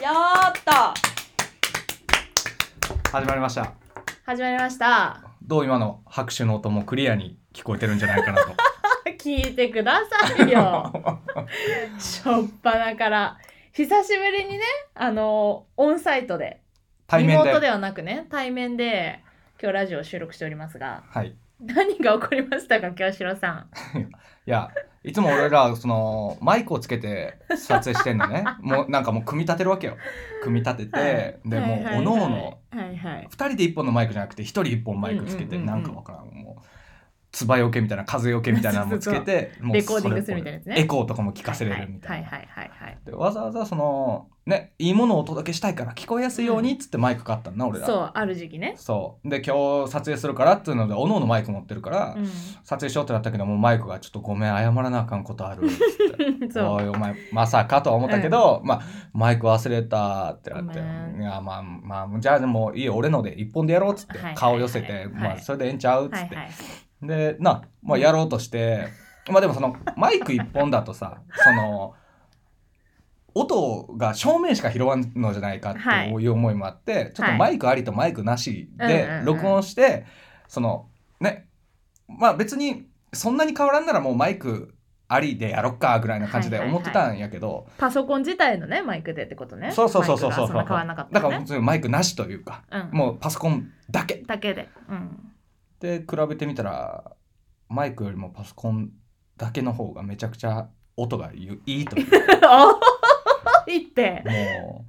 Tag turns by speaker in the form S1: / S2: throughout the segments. S1: やった
S2: 始まりました
S1: 始まりました。
S2: どう今の拍手の音もクリアに聞こえてるんじゃないかなと
S1: 聞いてください よ。しょっぱなから。久しぶりにね、あの、オンサイトで、
S2: 対
S1: リ
S2: 面
S1: モート
S2: で
S1: ではなくね、対面で、今日ラジオを収録しておりますが、
S2: はいい
S1: 何が起こりましたか、京志郎さん。
S2: やいつも俺らそのマイクをつけて撮影してんのねもうなんかもう組み立てるわけよ組み立てて、でもうおのおの
S1: はいはい。
S2: 2人で1本のマイクじゃなくて1人1本マイクつけて、
S1: うんうんうん
S2: な
S1: うん
S2: んかわからんもうつばよけみたいな風よけみたいなのもつけてもう
S1: レコーディングするみたいなやつね
S2: それエコーとかも聞かせれるみたいな、
S1: はいはいはいはいはい
S2: でわざわざそのねいいものをお届けしたいから聞こえやすいようにっつってマイク買ったんだ、
S1: は
S2: 俺
S1: い。
S2: ら
S1: そう、ある時期ね。
S2: そうで今日撮影するからっていうのでおのおのマイク持ってるから、
S1: う
S2: 撮影しようってなったけどもうマイクが「ちょっとごめん謝らなあかんことある」っつって
S1: ん。 そう
S2: お。いお前まさかとは思ったけど、まあマイク忘れたってなって「
S1: ごめん
S2: いやまあまあじゃあでもいいよ俺ので一本でやろう」っつっ
S1: はい
S2: て
S1: はいはい
S2: 顔寄せて、まあ
S1: はい
S2: それでええんちゃうっつ
S1: は
S2: っ
S1: い
S2: て、
S1: はい。
S2: でなあ、まあ、やろうとしてまあでもそのマイク一本だ とさその音が正面しか拾わんのじゃないかっていう思いもあって、ちょっとマイクありとマイクなし
S1: う
S2: で
S1: んうんうん
S2: 録音して、そのねまあ別にそんなに変わらんならもうマイクありでやろっかぐらいな感じで
S1: はいはいは
S2: 思
S1: い
S2: ってたんやけど、
S1: パソコン自体のね、マイクでってことね。
S2: そうそうそうそうそう
S1: マイクがんな変わらなかった
S2: だ
S1: の
S2: から
S1: ね。
S2: 普通にマイクなしというか、
S1: うん
S2: もうパソコンだけ
S1: だけで。うん。
S2: で比べてみたらマイクよりもパソコンだけの方がめちゃくちゃ音がいいいいという
S1: おいって。
S2: も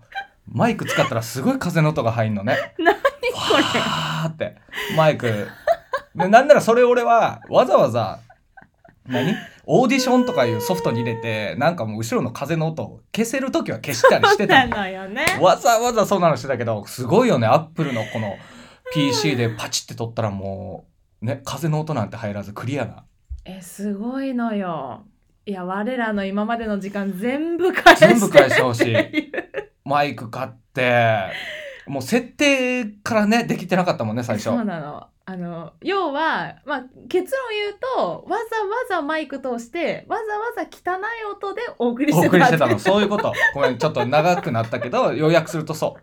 S2: うマイク使ったらすごい風の音が入るのね。
S1: 何こ
S2: わーってマイクでなんならそれ俺はわざわざ何オーディションとかいうソフトに入れてなんかもう後ろの風の音を消せる時は消したりして た
S1: な
S2: の
S1: のよね。
S2: わざわざそんなのしてたけどすごいよねアップルのこの PC でパチって撮ったらもうね風の音なんて入らずクリアな
S1: え、すごいのよ。いや、我らの今までの時間全部返して。
S2: 全部返してほしい
S1: って いう
S2: マイク買ってもう設定からねできてなかったもんね最初
S1: そうなの。あの要は、まあ、結論言うとわざわざマイク通してわざわざ汚い音でお送りし
S2: お
S1: てた
S2: 送りしてたのそういうことごめんちょっと長くなったけど要約するとそ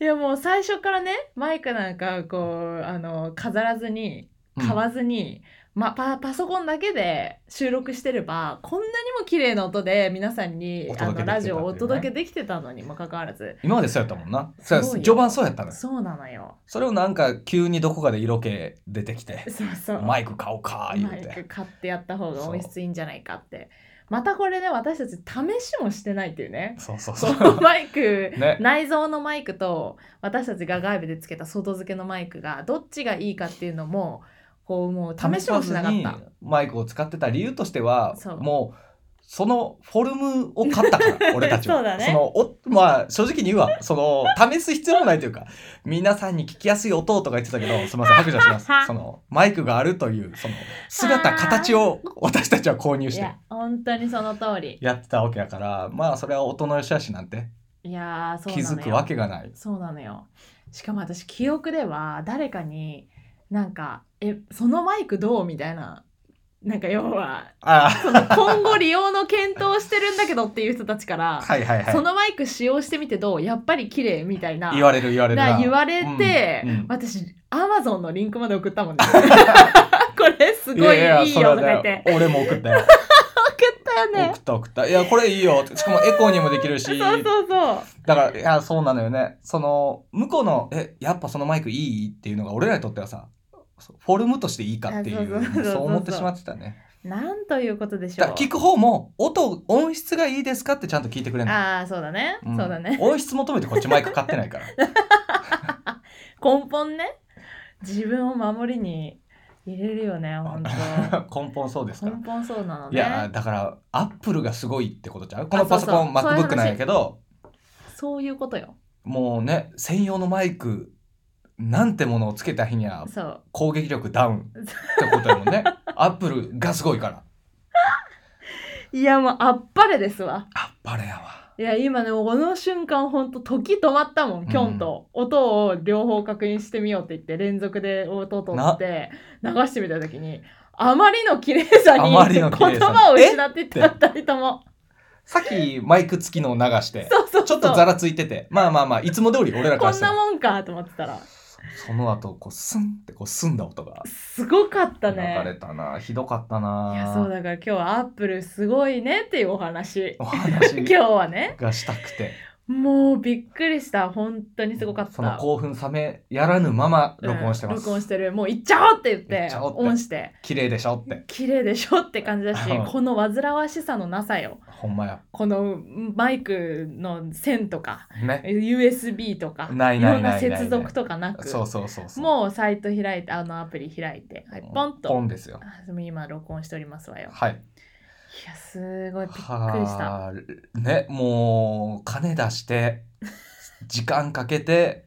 S1: いやもう最初からねマイクなんかこうあの飾らずに
S2: う、うん
S1: 買わずに、ま、パパソコンだけで収録してればこんなにも綺麗な音で皆さんに
S2: お届けで
S1: あの
S2: きてたっていうね
S1: ラジオをお届けできてたのにもかかわらず
S2: 今までそうやったもんな
S1: すご
S2: そう
S1: いよ
S2: 序盤そうやったのよ
S1: そうなのよ
S2: それをなんか急にどこかで色気出てきて
S1: そうそう
S2: マイク買おうか言う
S1: マイク
S2: て
S1: 買ってやった方が音質いいんじゃないかってまたこれね私たち試しもしてないっていうね
S2: そうそうそ
S1: この
S2: う
S1: マイク
S2: ね
S1: 内蔵のマイクと私たちが外部でつけた外付けのマイクがどっちがいいかっていうのもこうもう試しもしなかっ
S2: 試さ
S1: た
S2: ずにマイクを使ってた理由としては
S1: そう
S2: もうそのフォルムを買ったか ら俺たちは
S1: そうだね
S2: のおまあ正直に言うわその試す必要もないというか皆さんに聞きやすい音をとか言ってたけどすみません白状しますそのマイクがあるというその姿
S1: あー
S2: 形を私たちは購入
S1: い
S2: して
S1: や本当にその通り
S2: やってたわけだからまあそれは音の良し悪しなんて
S1: いやーそう
S2: 気
S1: なのよ
S2: づくわけがない
S1: そうなのよしかも私記憶では誰かになんか「えそのマイクどう?」みたいななんか要は
S2: あ
S1: その今後利用の検討してるんだけどっていう人たちか
S2: あ
S1: ら
S2: はいはい
S1: そ
S2: は
S1: のマイク使用してみてどうやっぱり綺麗みたいない
S2: 言われる言われる
S1: な
S2: な
S1: 言われて、
S2: うんうん
S1: 私アマゾンのリンクまで送った もんねこれすごいいい
S2: やや
S1: よとか言
S2: それは
S1: っ
S2: だよ
S1: て
S2: 俺も送ったよ
S1: 送ったよね
S2: 送った送ったいやこれいいよしかもエコーにもできるし
S1: そうそうそう
S2: だからいやそうなのよねその向こうの「えやっぱそのマイクいい?」っていうのが俺らにとってはさそうフォルムとしていいかってい
S1: あそうそうそう
S2: う
S1: そう
S2: そう思ってしまってたね
S1: なんということでしょ
S2: だ
S1: う
S2: から聞く方も音音質がいいですかってちゃんと聞いてくれない
S1: ああそうだね、
S2: ん
S1: そうだね
S2: 音質求めてこっちマイク買ってないから
S1: 根本ね自分を守りに入れるよね 本
S2: 根本そうです
S1: 当
S2: から
S1: 根本そうなの
S2: いや
S1: ね
S2: だからアップルがすごいってことちゃうこ
S1: あ
S2: のパソコン
S1: そうそうそういう
S2: MacBook
S1: 話
S2: なんやけど
S1: そういうことよ
S2: もうね専用のマイクなんてものをつけた日には
S1: そう
S2: 攻撃力ダウンってことやもん ねアップルがすごいから
S1: いやもうあっぱれですわ
S2: あっぱれやわ
S1: いや今ねこの瞬間ほんと時止まったもん
S2: ん
S1: きょんと音を両方確認してみようって言って連続で音を取って流してみた時にあまりの綺麗さに
S2: あまりの綺麗さ
S1: 言
S2: に
S1: 葉を失っていった
S2: え
S1: 2人とも
S2: さっきマイク付きのを流して
S1: そうそう
S2: ちょっとざらついててまあまあまあいつも通り俺らか
S1: こ
S2: ら
S1: ん
S2: した
S1: な
S2: ら
S1: もんかと思ってたら
S2: その後こうスンってこう澄んだ音が
S1: すごかった
S2: 流れ
S1: ね
S2: たなひどかった
S1: い
S2: な
S1: やそうだから今日はアップルすごいねっていうお話
S2: お
S1: 今
S2: 話
S1: 日はね
S2: がしたくて
S1: もうびっくりした本当にすごかった
S2: その興奮冷めやらぬまま
S1: うん
S2: 録音してます、
S1: 録音してるもう行っちゃおうって言っ
S2: 行ってちゃおうって
S1: オンして
S2: 綺麗でしょって
S1: 綺麗でしょって感じだし
S2: うん
S1: この煩わしさのなさよ
S2: ほんまや
S1: このマイクの線とか
S2: ね
S1: USB とか
S2: ないないないない
S1: ろんな接続とかなく
S2: そうそうそうそう
S1: もうサイト開いてあのアプリ開いて、はい、ポンと
S2: ポンですよ
S1: あでも今録音しておりますわよ
S2: はい
S1: いやすごいびっくりした
S2: はあねもう金 出して時間かけて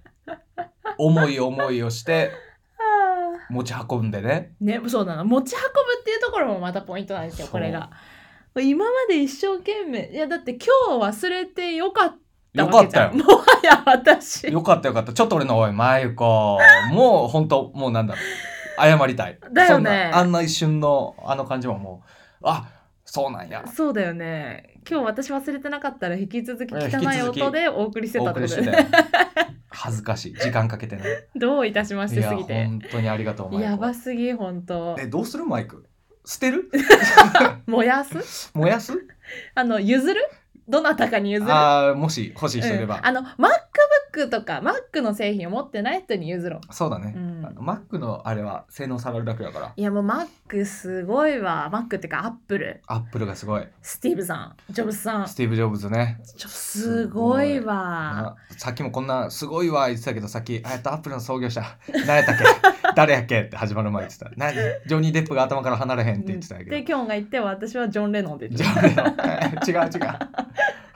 S2: 思い思いをして
S1: あ
S2: 持ち運んでね
S1: ーねそうなの持ち運ぶっていうところもまたポイントなんですよ
S2: そう
S1: これが今まで一生懸命いやだって今日忘れてよかった
S2: よか
S1: わけ
S2: っ
S1: じゃ
S2: た
S1: ん
S2: よ
S1: もはや私
S2: よかったよかったちょっと俺のおいまゆこもう本当もうなんだ謝りたい
S1: だよね
S2: そんなあんな一瞬のあの感じももうあそうなんや
S1: そうだよね今日私忘れてなかったら引き続き
S2: え
S1: 汚
S2: 引き続き
S1: い音でお送りして
S2: お
S1: たって
S2: 送
S1: こ
S2: り
S1: と
S2: し
S1: で、
S2: てた
S1: ね、
S2: よ恥ずかしい時間かけてね
S1: どういたしまし
S2: い
S1: て
S2: や
S1: すぎて
S2: 本当にありがとうまゆこ
S1: やばすぎ本当
S2: えどうするマイク捨てる
S1: 燃やす
S2: 燃やす
S1: あの譲るどなたかに譲る
S2: あーもし欲しい人いれば、
S1: うんあの MacBook とか Mac の製品を持ってない人に譲ろう、
S2: そうだね、
S1: うん
S2: あの Mac のあれは性能下がるだけだから
S1: いやもう Mac すごいわ Mac ってか Apple
S2: Apple がすごい
S1: スティーブさんジョブズさん
S2: スティーブ・ジョブズね
S1: ちょすごいわ
S2: なさっきもこんなすごいわ言ってたけどさっき「あやったアップルの創業者何やったっけ 誰やっけ?」って始まる前言ってた「何ジョニー・デップが頭から離れへん」って言ってたけど
S1: でキョンが言って私はジョン・レノンで
S2: ジ
S1: 言って
S2: ョニーの違う違う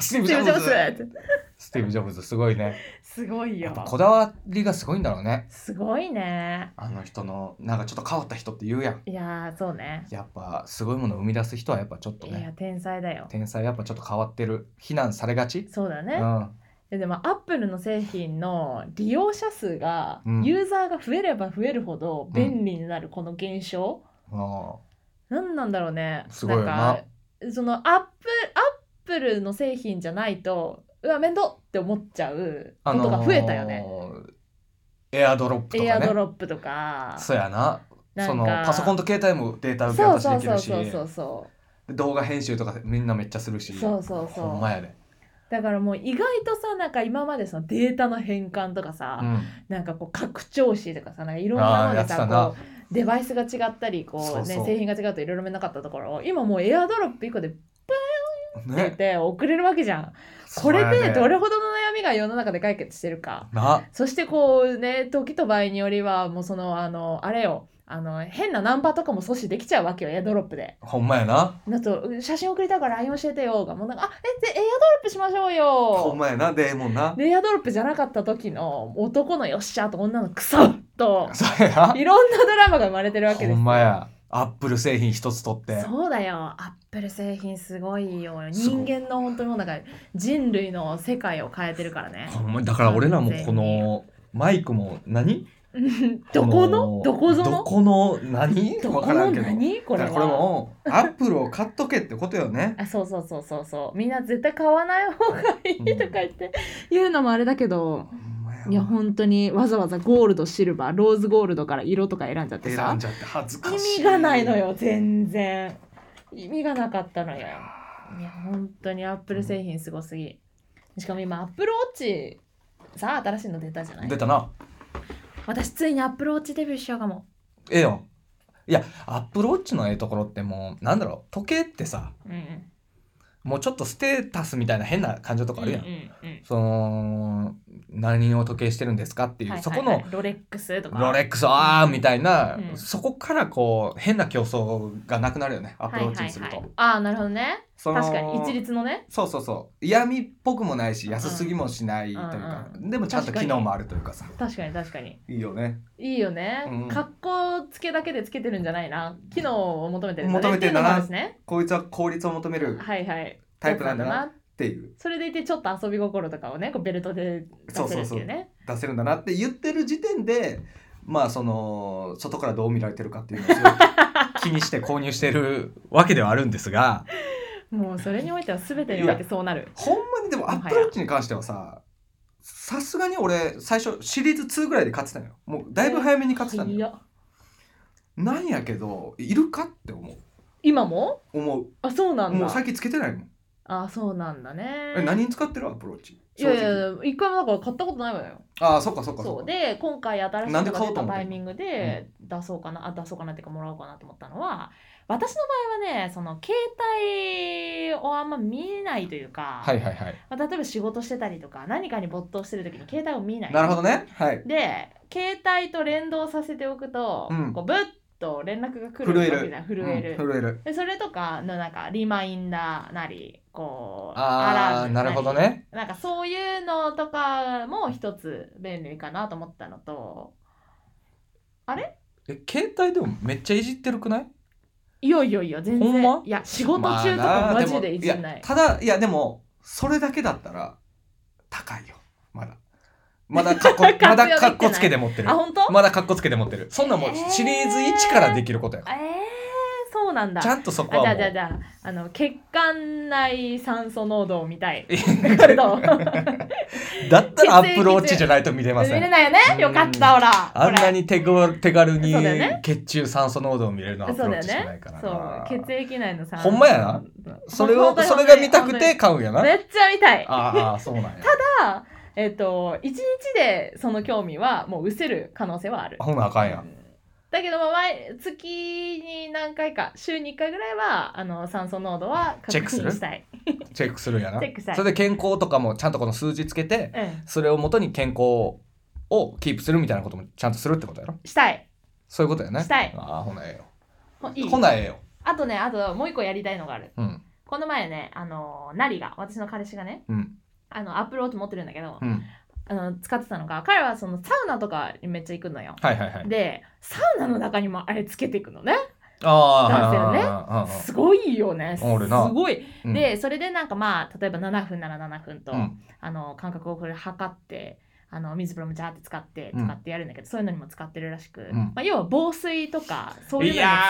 S2: スティー
S1: たスティー
S2: ブ・ジョ
S1: ブ・ジョ
S2: ブ
S1: ブズ
S2: ズ
S1: って
S2: スティーブ・ジョブズすごいね
S1: すごい
S2: やっぱ
S1: よ
S2: こだわりがすごいんだろうね
S1: すごいね
S2: あの人のなんかちょっと変わった人って言うやん
S1: いやーそうね
S2: やっぱすごいものを生み出す人はやっぱちょっと
S1: い
S2: ね
S1: や天才だよ
S2: 天才やっぱちょっと変わってる非難されがち、
S1: そうだ
S2: う
S1: ね、
S2: ん、
S1: ででもアップルの製品の利用者数が、
S2: うん
S1: ユーザーが増えれば増えるほど便利になるこの現象、
S2: も
S1: 何なんだろうね
S2: すごいよな
S1: なんかそのアップアップルの製品じゃないとうわ面倒って思っちゃう
S2: う
S1: ことが増えたよね、
S2: エアドロップと
S1: エア
S2: か
S1: ド
S2: ね
S1: ロップとか
S2: そうやな
S1: なんか
S2: そのパソコンと携帯もデータ受け
S1: そ
S2: 渡
S1: う
S2: し
S1: そう
S2: でき
S1: そ
S2: る
S1: う
S2: し
S1: そうそうそう
S2: 動画編集とかみんなめっちゃするし
S1: そうそうそう
S2: ほんまやで、
S1: だからもう意外とさなんか今までそのデータの変換とかさ、
S2: うん、
S1: なんかこう拡張子とかさなんかいろんなもの
S2: あーや
S1: で
S2: って
S1: さ
S2: たな
S1: こうデバイスが違ったりこう、ね、
S2: そうそう
S1: 製品が違うといろいろめなかったところを今もうエアドロップ1個で出
S2: ね
S1: て送れるわけじゃん、これでどれほどの悩みが世の中で解決してるか
S2: な
S1: そしてこうね時と場合によりはもうそのあのあれよあの変なナンパとかも阻止できちゃうわけよエアドロップで。
S2: ほんまやな
S1: だとうん写真送りたいから LINE 教えてよがもうなんかあえでエアドロップしましょう
S2: ほん
S1: よ
S2: まやなでもな
S1: でエアドロップじゃなかった時の男のよっしゃと女のクソッと
S2: そうやない
S1: ろんなドラマが生まれてるわけです
S2: ほ
S1: よ。
S2: んまやアップル製品一つとって
S1: そうだよ。アップル製品すごいよ。
S2: すご
S1: 人
S2: い
S1: 間の本当にもうなんか人類の世界を変えてるからね。
S2: ほんまだから俺らもこのマイクも何
S1: うん どこのどこぞ
S2: ど
S1: の
S2: この何
S1: どこ
S2: わから
S1: の
S2: んけど
S1: 何これ
S2: だ
S1: は
S2: からこれもアップルを買っとけってことよね
S1: あそうそうそうそうそうみんな絶対買わない方がいいとか言って、言うのもあれだけど
S2: ほんまや
S1: いや本当にわざわざゴールドシルバーローズゴールドから色とか選んじゃって
S2: 選
S1: さ
S2: んじゃって恥ず
S1: 意
S2: かしい
S1: 味がないのよ全然意味がなかったのよいや本当にアップル製品すごすぎしかも今アップルウォッチさあ新しいの出たじゃない
S2: 出たな
S1: 私ついにアップルウォッチデビューしようかも、
S2: ええよいやアップルウォッチのええところってもうなんだろう時計ってさ
S1: うん、
S2: もうちょっとステータスみたいな変な感情とかあるやん、
S1: うんうんうん
S2: その何を時計してるんですかっていう、
S1: はい
S2: そこ
S1: はい
S2: の
S1: はいロレックスとか
S2: ロレックスあーみたいな、
S1: うん
S2: そこからこう変な競争がなくなるよねアップルウォッチにする
S1: はい
S2: と、
S1: はいはい、ああなるほどね
S2: その
S1: 確かに一律のね
S2: そうそうそう嫌味っぽくもないし安すぎもしないというか、でもちゃんと機能もあるというかさ
S1: 確かに確かに
S2: いいよね
S1: いいよね、
S2: うん
S1: 格好つけだけでつけてるんじゃないな機能を求めてるんだね
S2: 求めてるな
S1: っていうのもあですね
S2: こいつは効率を求める
S1: はいはい
S2: タイプなんだな
S1: そう
S2: っていう
S1: それでいてちょっと遊び心とかをねこうベルトで出せるっていうね
S2: 出せるんだなって言ってる時点でまあその外からどう見られてるかっていうのをすごい気にして購入してるわけではあるんですが
S1: もうそれにおいては全てにおいてそうなる。
S2: ほんまにでもアップルウォッチに関してはささすがに俺最初シリーズ2ぐらいで買ってたのよもうだいぶ早めに買ってたの
S1: い
S2: よ、
S1: や
S2: なんやけどいるかって思う
S1: 今も
S2: 思
S1: あそうな
S2: うんもう
S1: だ
S2: 最。近つけてないもん
S1: あそうなんだね。
S2: え何に使ってるアプローチ
S1: いやいや一回もだから買ったことないわよ。
S2: ああそっかそっか
S1: そ
S2: そうっか
S1: で今回新しい
S2: な
S1: の
S2: んで
S1: が
S2: 買お
S1: 出
S2: うと
S1: た
S2: 思ったの
S1: タイミングで出そうかな、あ出そうかなっていうかもらおうかなと思ったのは私の場合はねその携帯をあんま見ないというか、
S2: はいはいはい
S1: まあ、例えば仕事してたりとか何かに没頭してる時に携帯を見ない。
S2: なるほどねはい
S1: で携帯と連動させておくと、
S2: うん
S1: こうブッと連絡が来る
S2: 震える
S1: わけじゃん震える。
S2: うん震える
S1: でそれとかのなんかリマインダーなりこう
S2: あ
S1: アラー
S2: あ
S1: ム
S2: なるほどね
S1: なんかそういうのとかも一つ便利かなと思ったのと
S2: え携帯でもめっちゃいじってるくない
S1: いやいやいや全然、
S2: ほんま
S1: いや仕事中とかマジでいじん
S2: まあ
S1: な
S2: ないや。ただいやでもそれだけだったら高いよまだまだかっこ
S1: 活用できてない
S2: まだかっこつけて持ってる
S1: あ本当、
S2: まだかっこつけて持ってるそんなもう
S1: えー
S2: シリーズ1からできることやから、
S1: えー、そうなんだ。
S2: ちゃんとそこ
S1: あ
S2: は
S1: じ
S2: も
S1: ゃ
S2: う。
S1: あじゃあじゃああの血管内酸素濃度を見たい
S2: え
S1: それと
S2: だったらアップルウォッチじゃないと見れま
S1: 見
S2: せ
S1: れ
S2: ん
S1: ないよねよかったほら。
S2: あんなに手ご手軽に
S1: そうだよね
S2: 血中酸素濃度を見れるのはア
S1: そ
S2: ッ
S1: う
S2: プ
S1: だ
S2: ル
S1: よ
S2: ウォッチしかな
S1: ね
S2: いから。な
S1: そう、血液内の酸
S2: ほんまやな。それを
S1: 本当に
S2: それが見たくて買うんやな
S1: めっちゃ見たい。
S2: ああそうなんや
S1: ただえっ、と一日でその興味はもう失せる可能性はある。
S2: ほなあかんやん
S1: だけどまあ毎月に何回か週に1回ぐらいはあの酸素濃度は確
S2: チェックする
S1: 認したい。
S2: チェックするんやな
S1: チェックしたい
S2: それで健康とかもちゃんとこの数字つけて
S1: うん、
S2: それをもとに健康をキープするみたいなこともちゃんとするってことやろ
S1: したい。
S2: そういうことやね
S1: したい
S2: ああほなえ
S1: ほ
S2: え
S1: い
S2: よ
S1: い
S2: ほなええよ
S1: あとねあともう一個やりたいのがある。
S2: うん
S1: この前ねあのなりが私の彼氏がね
S2: うん
S1: あのアップルウォッチ持ってるんだけど、
S2: うん
S1: あの使ってたのが彼はそのサウナとかにめっちゃ行くのよ。
S2: はいはいはい
S1: でサウナの中にもあれつけていくのね。
S2: ああ
S1: 男性ね
S2: はいはいはいはいはい
S1: すごいよね。す
S2: あるな
S1: ごい。
S2: うん
S1: でそれでなんかまあ例えば7分なら7分と、
S2: うん
S1: あの間隔をこれ測ってあの水風呂もジャーって使って
S2: うん
S1: とかってやるんだけど、そういうのにも使ってるらしく、
S2: ん
S1: まあ、要は防水とかそういうのにも強い
S2: やー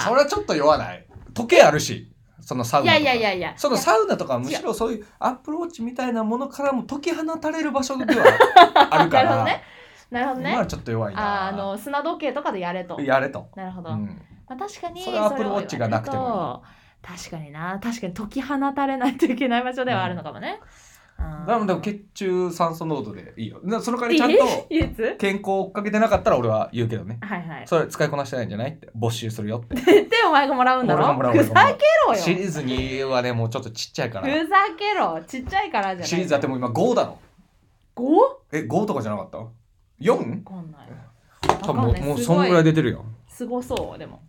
S2: そ
S1: か
S2: れはちょっと酔わない時計あるしそのサウ
S1: らいや
S2: ナとか
S1: いやいやいや
S2: その
S1: いや
S2: サウナとかはむしろそういうアップルウォッチみたいなものからも解き放たれる場所 ではある
S1: な
S2: か
S1: るほ
S2: ら
S1: どねなるほど
S2: 今
S1: ね
S2: はちょっと弱いな
S1: ああの砂時計とかでやれと
S2: やれと、
S1: なるほど、
S2: う
S1: ま
S2: ん、
S1: あ、確かに
S2: それは Apple Watch がなくてもいい
S1: それを言われると確かにな確かに解き放たれないといけない場所ではあるのかもね、あー
S2: なのでも血中酸素濃度でいいよなその代わりちゃんと
S1: いいいつ
S2: 健康を追っかけてなかったら俺は言うけどね
S1: はいはい
S2: それ使いこなしてないんじゃないって没収するよって
S1: でお前がもらうんだろ
S2: 俺がもらう
S1: ふ
S2: 俺
S1: ざ
S2: がもらう
S1: けろよ
S2: シリーズ2はねもうちょっとちっちゃいか
S1: ふ
S2: ら
S1: ざけろちっちゃいからじゃない
S2: シリーズだってもう今5だろ
S1: 5?
S2: え5とかじゃなかった 4?
S1: わかんない
S2: 多
S1: わかん
S2: 分
S1: ない
S2: もう
S1: す
S2: そん
S1: ご
S2: ぐらい
S1: い
S2: 出てるよ
S1: すごそうでも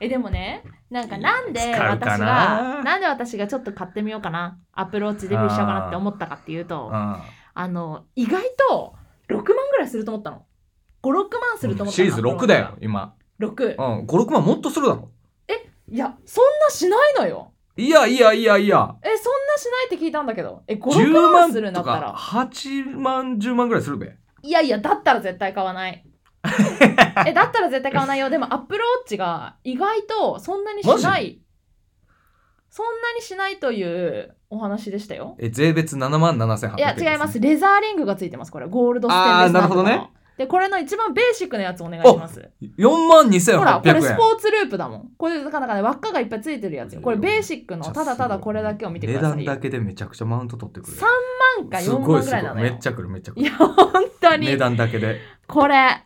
S1: えでもねなんかなんで
S2: いや使うか
S1: 私
S2: な
S1: がなんで私がちょっと買ってみようかなアプローチデビューしようかなって思ったかっていう
S2: う
S1: とあ
S2: ん
S1: の意外と6万ぐらいすると思ったの56万すると思った
S2: シリーズ6だよ今、
S1: 6
S2: うん、56万もっとするだろ
S1: いやそんなしないのよ
S2: いやいやいやいや
S1: えそんなしないって聞いたんだけどえ56
S2: 10
S1: 万
S2: 万
S1: するんだ
S2: と
S1: った
S2: から8万10万ぐらいするべ
S1: いやいやだったら絶対買わない えだったら絶対買わないよでもアップルウォッチが意外とそんなにし
S2: マ
S1: ないそんなにしないというお話でしたよ
S2: え税別7万7800円
S1: いや
S2: ですね
S1: 違いますレザーリングがついてますこれゴールドステンレス
S2: あーなるほどね
S1: んとかのでこれの一番ベーシックなやつお願いします
S2: 4万2800円
S1: ほらこれスポーツループだもんこれなかなかね輪っかがいっぱいついてるやつよこれベーシックのただただこれだけを見てくださ
S2: 値
S1: い
S2: 段だけでめちゃくちゃマウント取ってくる
S1: 3万か
S2: す
S1: 4
S2: ごい
S1: 万ぐ
S2: すご
S1: らい
S2: い
S1: なの
S2: め
S1: よ
S2: っちゃくるめっちゃく
S1: い
S2: る
S1: や本当
S2: 値
S1: に
S2: 段だけで
S1: これ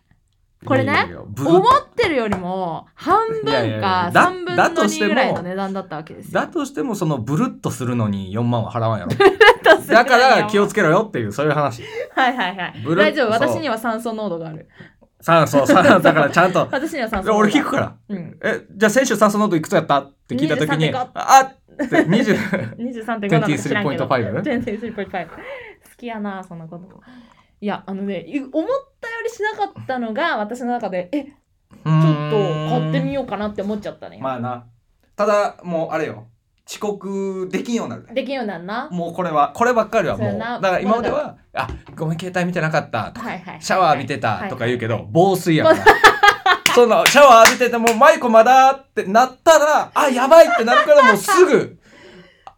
S1: これね
S2: いやいやいやブル
S1: 思ってるよりも半
S2: いや
S1: 分
S2: いやいや
S1: か
S2: だ
S1: 3分
S2: だ
S1: の
S2: として
S1: 2ぐ
S2: も
S1: らいの値段だったわけですよ。
S2: だとしてもそのブルッとするのに4万は払わんやろ
S1: だと する
S2: だから気を
S1: つ
S2: つけろよっていうそういう話
S1: はいはいはい。
S2: ブル
S1: 大丈夫、
S2: そう
S1: 私には酸素濃度がある。
S2: 酸素 酸素だからちゃんと
S1: 私には酸素濃度
S2: 俺聞
S1: く。
S2: くから
S1: うん。
S2: えじゃあ先週酸素濃度いくつやったって聞いた時に
S1: 23.5
S2: あって20
S1: 23.5なのか知らんけど。
S2: 23.5
S1: 23.5。好きやな、そのこと。いや、あのね、い思ったよりしなかったのが私の中で、え、ちょっと買ってみようかなって思っちゃったね。
S2: まあなただもうあれよ遅刻できんようになるね
S1: できるようになるな。
S2: もうこれはこればっかりはも
S1: そううや
S2: だ
S1: な
S2: から今までは「あごめん携帯見てなかった」とか
S1: はいはい。
S2: シャワー浴びて
S1: は
S2: た」
S1: い
S2: とか言うけど防水やから そのシャワー浴びてても「マイコまだ」ってなったら「あやばい」ってなるからもうすぐ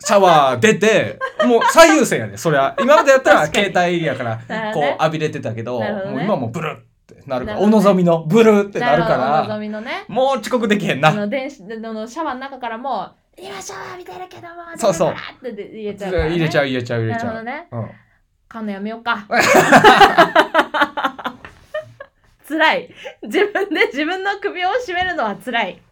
S2: シャワー出て、もう最優先やねそりゃ。今までやったら携帯やから
S1: なる、ほ
S2: こ
S1: どね
S2: う浴びれてたけど、
S1: なるほどね
S2: もう今はもうブルってな
S1: な
S2: るから、
S1: るほ
S2: お
S1: どね
S2: 望みのブルってなるか
S1: なるほどお
S2: ら、
S1: 望みのね
S2: もう遅刻できへん
S1: あ
S2: な。
S1: の電子あのシャワーの中からもう今シャワー浴びてるけども
S2: そうそう
S1: って入れちゃうから、ね、
S2: 入れちゃ
S1: う
S2: う入れちゃう入れ
S1: な
S2: ち
S1: るほ
S2: ゃ
S1: ど
S2: う。
S1: ね
S2: うん
S1: 買うのやめよう か辛い自分で自分の首を絞めるのは辛い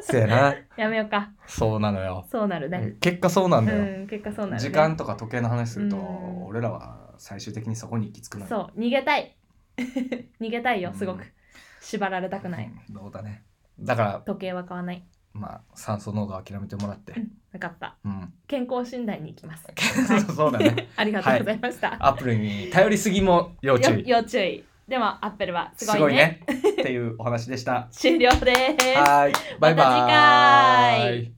S2: せやな。
S1: やめようか
S2: そうなのよ。
S1: そうなるね
S2: 結果そうなんだよ。
S1: うん結果そうなる、ね、
S2: 時間とか時計の話すると、
S1: うん
S2: 俺らは最終的にそこに行き着くのよ
S1: そう逃げたい 逃げたいよすご
S2: う
S1: く
S2: ん
S1: 縛られたくない
S2: うんどうだねだから
S1: 時計は買わない
S2: まあ酸素濃度を諦めてもらって
S1: なかった
S2: うん、
S1: 健康診断に行き ます
S2: そうそうだね
S1: ありがとうございました、
S2: アップルに頼りすぎも要注
S1: よ
S2: 意
S1: 要注意でもアップルはす
S2: す
S1: ごいね
S2: ごいねっていうお話でした
S1: 終了です
S2: はーいバイバーイ
S1: また次回